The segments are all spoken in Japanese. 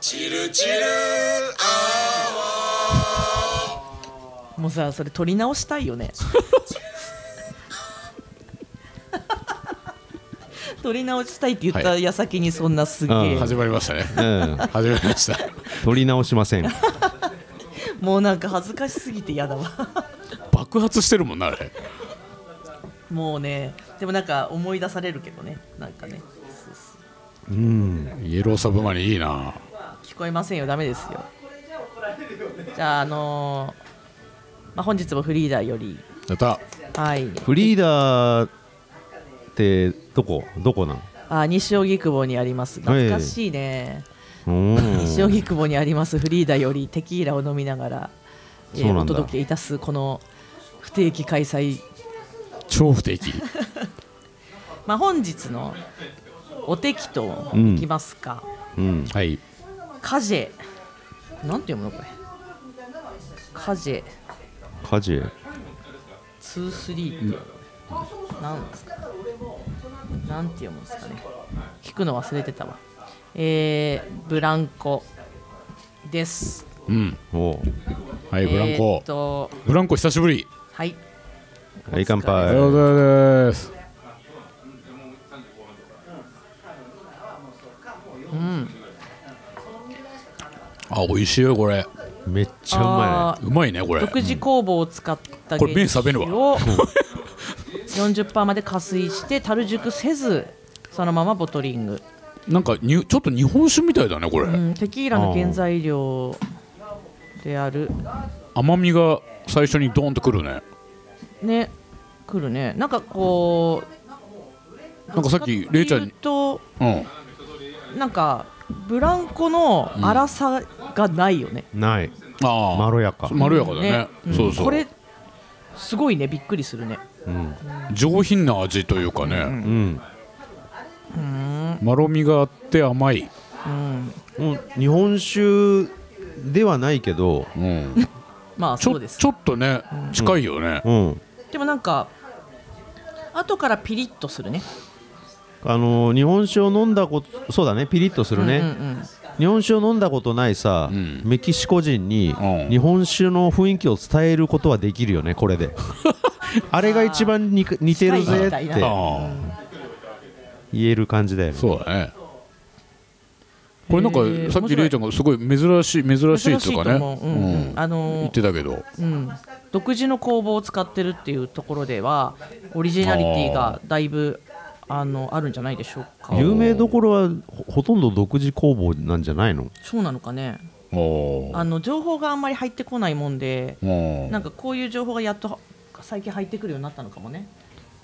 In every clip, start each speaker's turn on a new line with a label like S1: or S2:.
S1: チルチル
S2: もうさそれ撮り直したいよ ね撮り直したいって言った矢先にそんなすげえ、
S3: はいうん
S1: 始まりましたね
S3: うん、
S1: 始まりました
S3: 取り直しません。
S2: もうなんか恥ずかしすぎて嫌だわ
S1: 爆発してるもんなあれ
S2: もうねでもなんか思い出されるけどねなんかねそうそう
S3: うん、
S1: イエローサブマリンいいな
S2: 聞こえませんよダメですよじゃああのーまあ、本日もフリーダーより
S1: やった
S2: はい
S3: フリーダーってどこどこなん？
S2: あ西荻窪にあります懐かしいね、
S3: うん
S2: 西荻窪にありますフリーダよりテキーラを飲みながら、えー
S3: そうな
S2: お
S3: んだ
S2: 届けいたすこの不定期開催、
S1: 超不定期
S2: まあ、本日のおテキといきますか、
S3: うん、
S1: はい
S2: カジェなんて読むのこれカジェ
S3: カジェ。
S2: 23って何ですかなんて読むんですかね聞くの忘れてたわえー、ブランコです
S1: うん
S3: おう、
S1: はいブラン
S2: えー
S1: コ
S2: っと
S1: ブランコ久しぶり
S2: はい
S3: はい乾
S1: おはようご
S3: 杯。
S1: ざいます
S2: うん
S1: あ美味しいよこれ
S3: めっちゃうま
S2: あー
S1: うまいねこれ
S2: 独自工房を使った
S1: これ目覚めるわ
S2: を40%まで加水して樽熟せずそのままボトリング、
S1: なんかにちょっと日本酒みたいだねこれ、
S2: うん、テキーラの原材料である
S1: 甘みが最初にドーンとくるね
S2: ね来るねなんかこう
S1: なんかさっきれいちゃんに
S2: どっちか
S1: う
S2: と
S1: ん
S2: いうとなんかブランコの粗さがないよね、
S3: い。ない、
S1: ああ
S3: まろやか。
S1: まろやかだね
S2: うん
S1: そうそう
S2: これすごいねびっくりするね
S3: うん、
S1: 上品な味というかね、
S3: うん、
S1: まろみがあって甘い、
S2: うん
S3: もう日本酒ではないけど、
S1: うん、
S2: まあ
S1: ち
S2: そう
S1: ょ
S2: です
S1: ちょっとね近いよね、
S3: うん、
S2: でもなんか後からピリッとするね
S3: あのー日本酒を飲んだこと、そうだね、ピリッとするね。
S2: うんうん
S3: 日本酒を飲んだことないさ、
S1: ん
S3: メキシコ人に
S1: うん
S3: 日本酒の雰囲気を伝えることはできるよねこれであれが一番に似てるぜっ
S2: 近いみ
S3: て
S2: たいな
S1: ああ
S3: 言える感じだよね
S1: そうだねこれなんか
S2: へー
S1: さっきれいちゃんがすごい珍しい珍しいとかね
S2: 珍しいと思ううんうん
S1: うん
S2: あのー
S1: 言ってたけど
S2: うんうん独自の工房を使ってるっていうところではオリジナリティがだいぶあのあるんじゃないでしょうか
S3: 有名どころはほほとんど独自工房なんじゃないの
S2: そうなのかね
S1: お
S2: あ
S1: ー
S2: の情報があんまり入ってこないもんで
S1: お
S2: なん
S1: ー
S2: かこういう情報がやっと最近入ってくるようになったのかもね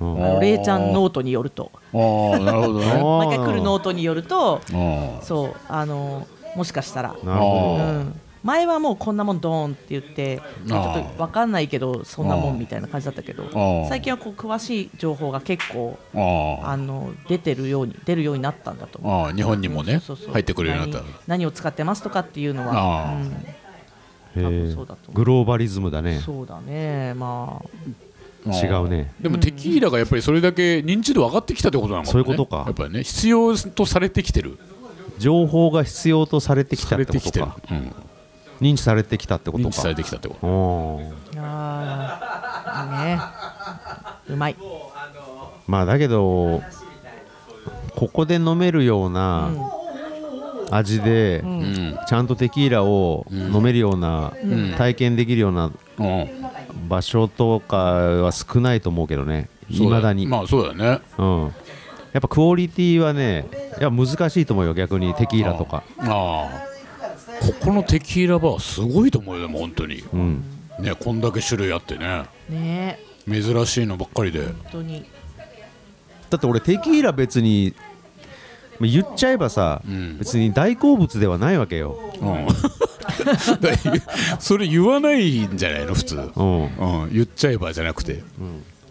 S3: うん
S2: あのれいちゃんノートによると
S1: ああなるほど ね
S3: あー
S2: 毎回来るノートによると
S1: あ
S2: そうあのもしかしたら
S3: なるほ
S1: あ
S3: ど
S2: うん、前はもうこんなもんドーンって言ってちょ
S1: あー
S2: っと分かんないけどそんなもんみたいな感じだったけど
S1: ー
S2: 最近はこう詳しい情報が結構
S1: ああ
S2: あの出てるように出るようになったんだと思う。
S1: ああ日本にもね
S2: そうそうそう
S1: 入ってくるようになっ
S2: 何何を使ってますとかっていうの
S1: あ
S2: は、
S1: ー
S2: うん
S3: へ
S2: 多
S3: え
S2: 分そうだと思う
S3: グローバリズムだね
S2: そうだねま
S1: た
S3: 違うね
S1: でもテキーラがやっぱりそれだけ認知度上がってきたってことなのかもね
S3: そういうことか
S1: やっぱりね必要とされてきてる
S3: 情報が必要とされてきた
S1: さ
S3: っ
S1: れ
S3: て
S1: て
S3: こ
S1: きて
S3: と
S1: る
S3: か、
S1: うん、
S3: 認知されてきたってこと
S1: 認知さ
S3: か
S1: れてきたってこと
S3: お
S2: あ
S3: ー
S2: いやーいいねうまい
S3: まあだけどここで飲めるような味で、
S1: うん
S3: ちゃんとテキーラを飲めるような、体験できるような
S1: うん
S3: 場所とかは少ないと思うけどねい
S1: そう
S3: ま
S1: よ
S3: だに、
S1: まあそうだよね
S3: うん、やっぱクオリティはねいや難しいと思うよ逆にテキーラとか
S1: ああここのテキーラバーすごいと思うよでも本当に
S3: うん
S1: ねこんだけ種類あってね
S2: ね
S1: 珍しいのばっかりで
S2: 本当に
S3: だって俺テキーラ別にまあ言っちゃえばさ、
S1: ん
S3: 別に大好物ではないわけよ、
S1: うん だいそれ言わないんじゃないの普通、う
S3: うん、
S1: ん、言っちゃえばじゃなくて、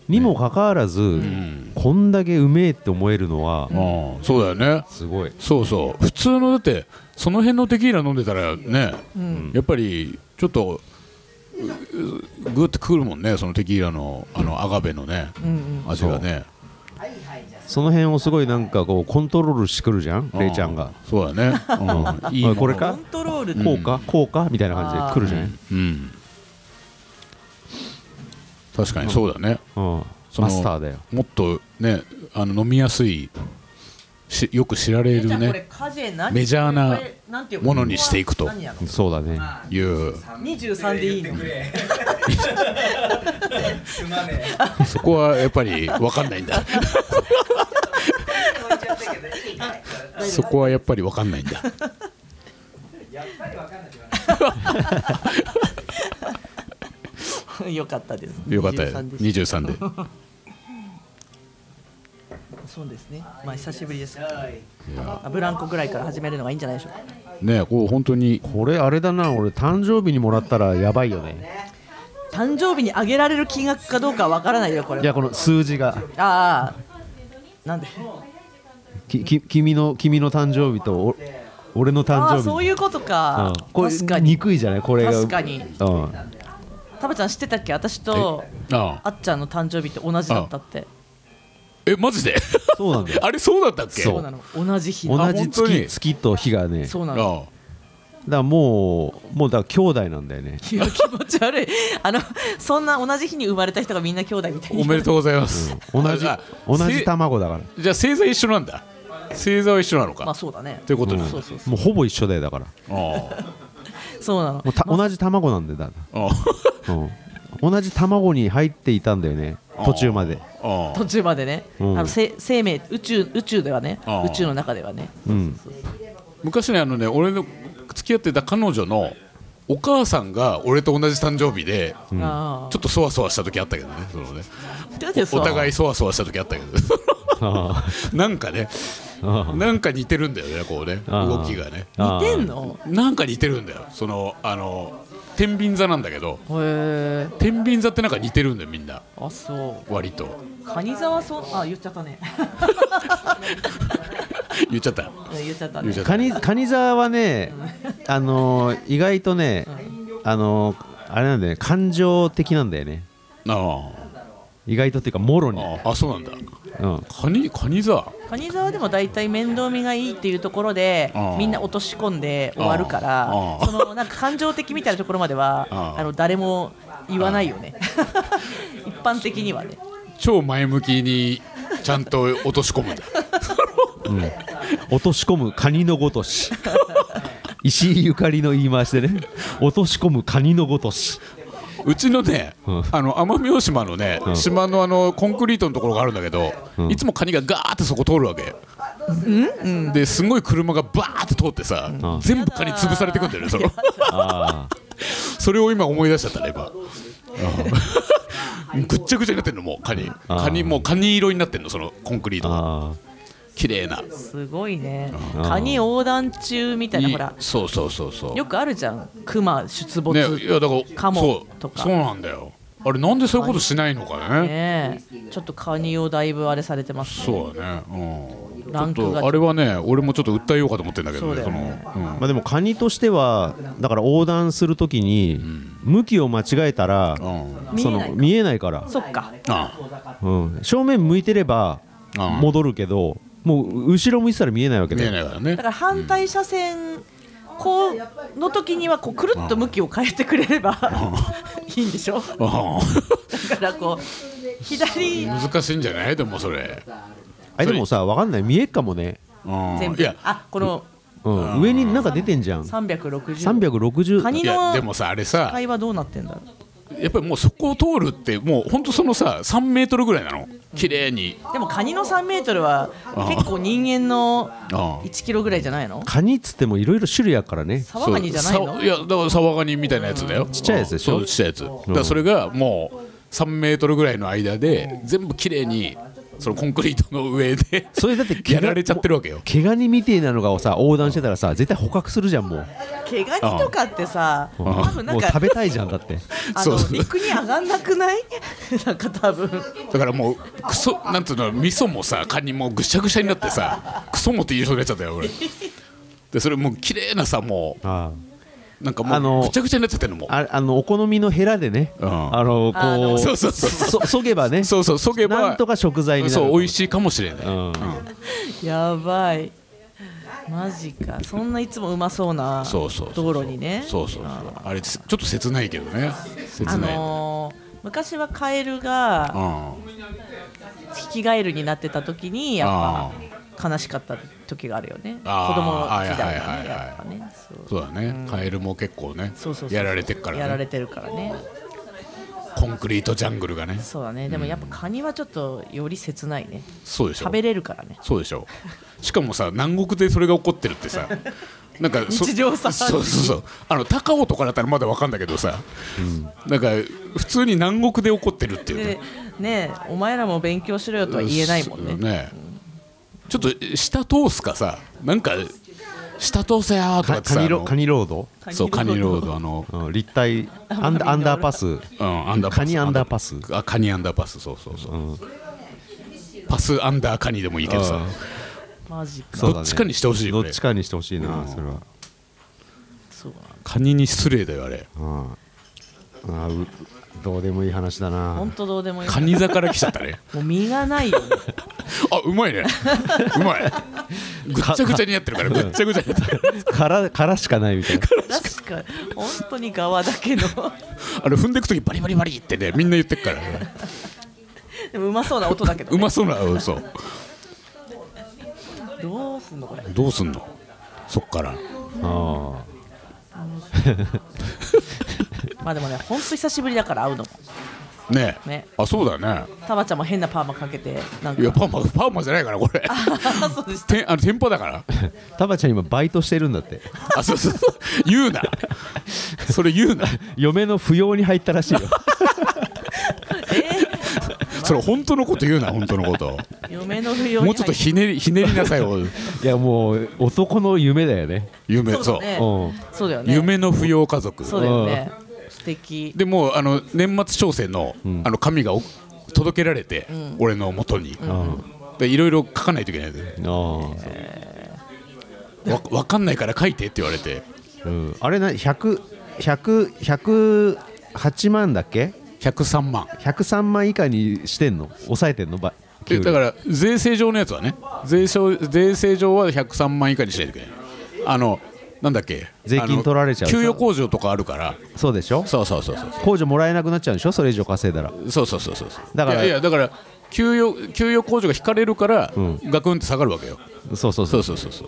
S3: にもかかわらず、
S1: ん
S3: こんだけうめえって思えるのは
S1: うん、そうだよね
S3: すごい
S1: そうそう普通のだってその辺のテキーラ飲んでたらね、やっぱりちょっとううグッとくるもんねそのテキーラのあのアガベのね、味がね
S3: その辺をすごいなんかこうコントロールしてくるじゃん、レイちゃんが。
S1: そうだね、 うん、いいもの
S3: これ
S2: コ
S3: か
S2: ントロールって
S3: こうか、こうかみたいな感じで来るじゃない。
S1: うん確かにそうだね
S3: うん
S1: その
S3: マスターだよ。
S1: もっとねあの飲みやすいしよく知られ
S2: えじ
S1: る
S2: ゃあこ
S1: ね
S2: れカジェ何
S1: メジャーな
S2: これんていう
S1: ものにしていくと
S2: これは何やろ
S3: そうだね。
S1: いう
S2: 23でいいの
S4: 言ってくれすまねえ
S1: そこはやっぱり分かんないん だそこはやっぱり分かんないんだ
S4: やっぱりわかんないって言わない
S2: よかったです
S1: よかったよ
S2: 23でし
S1: 23で
S2: たそうですねまあ久しぶりですあブランコぐらいから始めるのがいいんじゃないでしょうか
S1: ねこう本当に
S3: これあれだな、俺誕生日にもらったらやばいよね。
S2: 誕生日にあげられる金額かどうかわからないよこれ
S3: いや、この数字が。
S2: ああなんで
S3: きき君の君の誕生日とお俺の誕
S2: あ
S3: 生
S2: あ
S3: 日
S2: そういうこと
S3: う
S2: か
S3: ん、これ
S2: 確かに
S3: 憎いじゃないこれが
S2: 確かに
S3: うん、
S2: タバちゃん知ってたっけ私と
S1: ああ
S2: あっちゃんの誕生日って同じだったって
S1: えマジで
S3: そうなんだよ
S1: あれそうだったっけ
S2: そうなの同じ日
S3: 同
S1: あ
S3: じ
S1: 本当に
S3: 月月と日がねだか
S2: そうなの
S1: あ
S3: らもうもうだから兄弟なんだよね
S2: いや気持ち悪いあのそんな同じ日に生まれた人がみんな兄弟みた
S1: あ
S2: いに
S1: おめでとうございます、
S3: 同じ
S1: あ
S3: 同じ
S1: せ
S3: 卵だから
S1: じゃあ星座一緒なんだ星座は一緒なのか、
S2: まあそうだね
S1: ということなんだ、
S2: そうそうそ
S3: もうほぼ一緒だよだからも
S1: ああ
S2: うそうなの
S3: うた同じ卵なんだよだか
S1: あ
S3: ら、うん、同じ卵に入っていたんだよね途中まで
S1: あああ
S2: 途中までね、
S3: うん
S2: あのせ生命宇宙宇宙ではね
S1: あー
S2: 宇宙の中ではね
S3: うん
S1: 昔ねあのね俺の付き合ってた彼女のお母さんが俺と同じ誕生日で
S2: あ
S1: ちょっとそわそわした時あったけどねそのねお互
S2: い
S1: いそわそわした時あった け
S3: あ
S1: どなんかね
S3: あ
S1: なんか似てるんだよねこうね
S3: あー
S1: 動きがね
S2: 似てんの
S1: なんか似てるんだよそのあの天秤座なんだけど
S2: へえ
S1: 天秤座ってなんか似てるんだよみんな
S2: あそ
S1: 割と
S2: うカニ座はそうあ言っちゃっ たね
S1: 言っちゃった
S2: うん言っちゃった
S1: 言っ
S2: ね
S1: ちゃった
S3: カニカニ座はね、あのー意外とね、あのーあれなんだよね感情的なんだよね
S1: あ
S3: 意外とっていうかもろ
S1: ー
S3: に、
S1: あーあそうなんだ
S3: うん、
S1: カニカニ座
S2: カニ座はでも大体面倒見がいいっていうところで
S1: あー
S2: みんな落とし込んで終わるから
S1: あー
S2: そのなんか感情的みたいなところまでは
S1: あ
S2: あ
S1: ー
S2: の誰も言わないよね 一般的にはね
S1: 超前向きにちゃんと落とし込むんだ
S3: 落とし込むカニのご とし石井ゆかりの言い回しでね落とし込むカニのごとし
S1: うちのね、
S3: うん
S1: あの奄美大島のね、
S3: ん
S1: 島のあのコンクリートのところがあるんだけど、
S3: ん
S1: いつもカニがガーってそこ通るわけ、ですごい車がバーって通ってさ、
S3: ん
S1: 全部カニ潰されてくんだよねその
S3: あ
S1: それを今思い出しちゃったね今うんぐっちゃぐちゃになってんのもうカニ
S3: あー
S1: カニもうカニ色になってんのそのコンクリートが
S3: あ
S1: 綺麗な
S2: すごいね
S3: あー
S2: カニ横断中みたいない
S1: い
S2: ほら
S1: そうそうそうそう
S2: よくあるじゃん熊出
S1: ね、
S2: 没
S1: いやだから
S2: カモ
S1: そう
S2: とか
S1: そうなんだよあれなんでそういうことしないのかね
S2: ねえちょっとカニをだいぶあれされてますね
S1: そうだねうん
S2: ラン
S1: ち
S2: ク
S1: ょっ
S2: が
S1: とあれはね俺もちょっと訴えようかと思ってんだけどね
S2: そうだよね
S1: その、うん
S3: まあでもカニとしてはだから横断するときに向きを間違えたら、
S1: うん
S2: 見え
S3: そ
S2: ない
S3: の
S2: か
S3: 見えないから、
S2: そっか
S1: あ
S3: うん、正面向いてれば
S1: あ
S3: 戻るけどもう後ろ向いてたら見えないわけ
S1: 見
S3: だ
S1: え
S3: よ
S1: ないからね
S2: だから反対車線こうの時にはこうくるっと向きを変えてくれ ればいいんでしょ
S1: う
S2: だからこう左
S1: ん 難しいんじゃないでもそれ、
S3: あでもさ分かんない見えっかもね、
S1: うん、
S2: 全
S1: い
S2: 部
S1: や
S2: あこの
S3: うん、上になんか出てんじゃん
S2: 360
S3: 360
S2: カニ
S1: いやで
S2: の
S1: もさあれさ
S2: 会はどうなってんだろう
S1: やっぱりもうそこを通るってもうほんとそのさ3メートルぐらいなの綺麗に、
S2: でもカニの3メートルは結構人間の
S1: あ
S2: 1キロぐらいじゃないの
S3: カニっつってもいろいろ種類あるからね
S2: サワガニじゃないの
S1: そうさいやだからサワガニみたいなやつだよち
S3: っちゃいやつでしょ
S1: ちっちゃいやつだからそれがもう3メートルぐらいの間で全部綺麗にそのコンクリートの上で
S3: そ れだって毛
S1: や
S3: が
S1: られちゃってるわけよ
S3: 毛ガニみてえなのがをさ横断してたらさ絶対捕獲するじゃんもう
S2: 毛ガニとかってさ多
S1: あ
S2: 分な
S3: も
S2: ん
S3: う
S2: か
S3: 食べたいじゃん だって
S2: あ
S1: そ
S2: の
S1: う
S2: 陸に上がんなくない なんか多分
S1: だからもうクソなんていうの味噌もさカニもぐしゃぐしゃになってさクソもって言いそうになっちゃったよ俺でそれもう綺麗なさもう
S3: あ
S1: なんか
S3: あ
S1: も
S3: の
S1: うぐちゃぐちゃになっちゃってるのもう
S3: ああのお好みのヘラでね、
S1: うん
S3: あの
S2: あ
S3: こう
S1: そうそうそう
S3: そそげばね
S1: そうそうそげ
S3: な
S1: ば
S3: んとか食材になる
S1: そう美味
S3: しい
S1: しいかもしれない、
S3: うん
S2: やばいマジかそんないつもうまそうな
S1: そうそうそう
S2: 道路にね
S1: そうそうそう
S2: あ
S1: あれちょっと切ないけどね切
S2: あ
S1: ない、
S2: のー昔はカエルが
S1: うん
S2: ヒキガエルになってた時にやっぱ悲しかった時があるよね子
S1: あー
S2: 供の時代
S1: はい
S2: は
S1: はいはいは
S2: ね
S1: い
S2: やっぱねそう
S1: そうだね、カエルも結構ね
S2: そうそうそう
S1: やられてっからね
S2: やられてるからね
S1: コンクリートジャングルがね
S2: そうだねでもやっぱカニはちょっとより切ないね
S1: そうでしょ
S2: 食べれるからね
S1: そうでしょしかもさ南国でそれが起こってるってさなんかそ
S2: 日常茶飯事
S1: そうそうそうあの高尾とかだったらまだわかんだけどさ、なんか普通に南国で起こってるっていう
S2: で
S1: ね
S2: ねえお前らも勉強しろよとは言えないもんね
S1: そうちょっと下通すかさなんか下通せやーとか
S3: カ
S1: ってさ
S3: カニロ
S1: あの
S3: カニロード、
S1: そうカニロードあの、
S3: うん、立体アンダアンダーパス
S1: うん、アンダーパス
S3: カニアンダーパス
S1: あカニアンダーパスそうそうそう、パスアンダーカニでもいいけどさ
S2: マジか
S3: そうだね
S1: どっちかにしてほしいよ
S3: ど
S1: ね
S3: っちかにしてほしいな、それは、
S2: そうな
S1: カニに失礼だよあれ
S3: うん、あーうどうでもいい話だな
S2: 本当どうでもいい
S1: カニ座から来ちゃったね
S2: もう身がないよね
S1: あうまいねうまいぐっちゃぐちゃになってるからぐっちゃぐちゃになってる
S3: 殻殻しかないみたい な
S2: 確かに本当に側だけの
S1: あれ踏んでく時バリバリバリってねみんな言ってるからね
S2: でもうまそうな音だけど、
S1: う
S2: ね、
S1: まそうなうんそう
S2: どうすんのこれ
S1: どうすんのそっから
S3: あ
S2: まあでもねほんと久しぶりだから会うのも
S1: ねえ
S2: ね
S1: あそうだね
S2: タバちゃんも変なパーマかけてなんか
S1: いやパーマパーマじゃないからこれ
S2: そうでした
S1: てあの店舗だから
S3: ータバちゃん今バイトしてるんだって
S1: あそうそうそう言うなそれ言うな
S3: 嫁の扶養に入ったら しいよ
S1: それ本当のこと言うな本当の こと
S2: 嫁の不要
S1: もうちょっとひねりひねりなさいお
S3: いやもう男の夢だよね
S1: 夢
S2: そう
S1: そう
S2: だね
S3: うん
S2: そうだよね
S1: 夢の扶養家族
S2: そうだよね素敵
S1: でもうあの年末調整の,、あの紙がお届けられて、俺の元に、でいろいろ書かないといけないで
S3: あー
S1: わわかんないから書いてって言われて
S3: うん、あれな100108万だっけ
S1: 103万
S3: 103万以下にしてんの抑えてんのば
S1: でだから税制上のやつはね税制税制上は103万以下にしないといけないあのなんだっけ
S3: 税金
S1: あの
S3: 取られちゃう
S1: 給与控除とかあるから
S3: そうでしょ
S1: そうそうそうそう
S3: 控除もらえなくなっちゃうんでしょそれ以上稼いだら
S1: そうそうそうそう
S3: だから
S1: いやいやだから給与給与控除が引かれるから、ガクンって下がるわけよ
S3: そうそう
S1: そ
S3: そ
S1: う
S3: う
S1: そうそうそう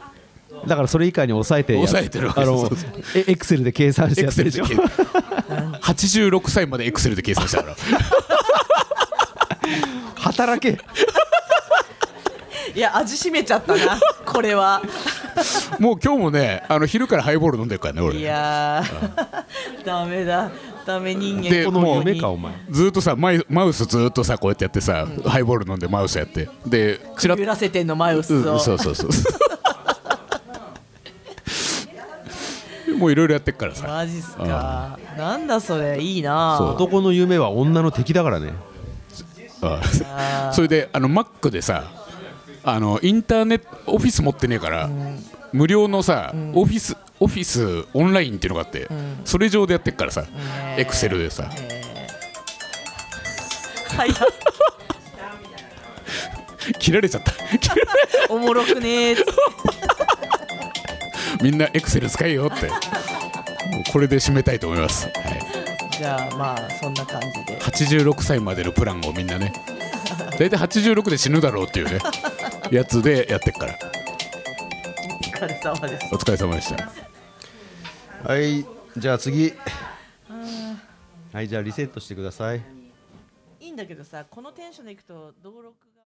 S3: だからそれ以下に抑えてや
S1: 抑えてるわけ
S3: あの
S1: そうそ
S3: エクセルで計算して
S1: エ
S3: や
S1: ク
S3: っ
S1: セ
S3: てる
S1: ル
S3: で
S1: で
S3: し
S1: 計
S3: ょ
S1: 算 86歳までエクセルで計算したから
S3: 働け
S2: いや味しめちゃった なこれは
S1: もう今日もねあの昼からハイボール飲んでるからね
S2: い
S1: 俺
S2: やー ダメだダメ人間
S1: で
S3: こ
S2: この
S3: の
S1: もう
S3: 夢かお前
S1: ずーっとさマイマウスずーっとさこうやってやってさ、ハイボール飲んでマウスやってでチラッ
S2: 揺らせてんのマウス
S1: う
S2: を
S1: んそうそうそうもういろい ろやってっからさ
S2: マジっすかなんだそれいいな
S1: そう
S3: 男の夢は女の敵だからね
S1: うんそれであの Mac でさあのインターネットオフィス持ってねえから、無料のさ、オフィスオフィスオンラインっていうのがあって、それ上でやってっからさエクセルでさ
S2: はい
S1: 切られちゃった
S2: おもろくねーって
S1: みんなエクセル使えよってもうこれで締めたいと思います、はい、
S2: じゃあまあそんな感じで
S1: 86歳までのプランをみんなね大体86で死ぬだろうっていうねやつでやってっから
S2: お疲れ様です
S1: お疲れ様でした
S3: はいじゃあ次はいじゃあリセットしてください
S2: いいんだけどさこのテンションでいくと道録が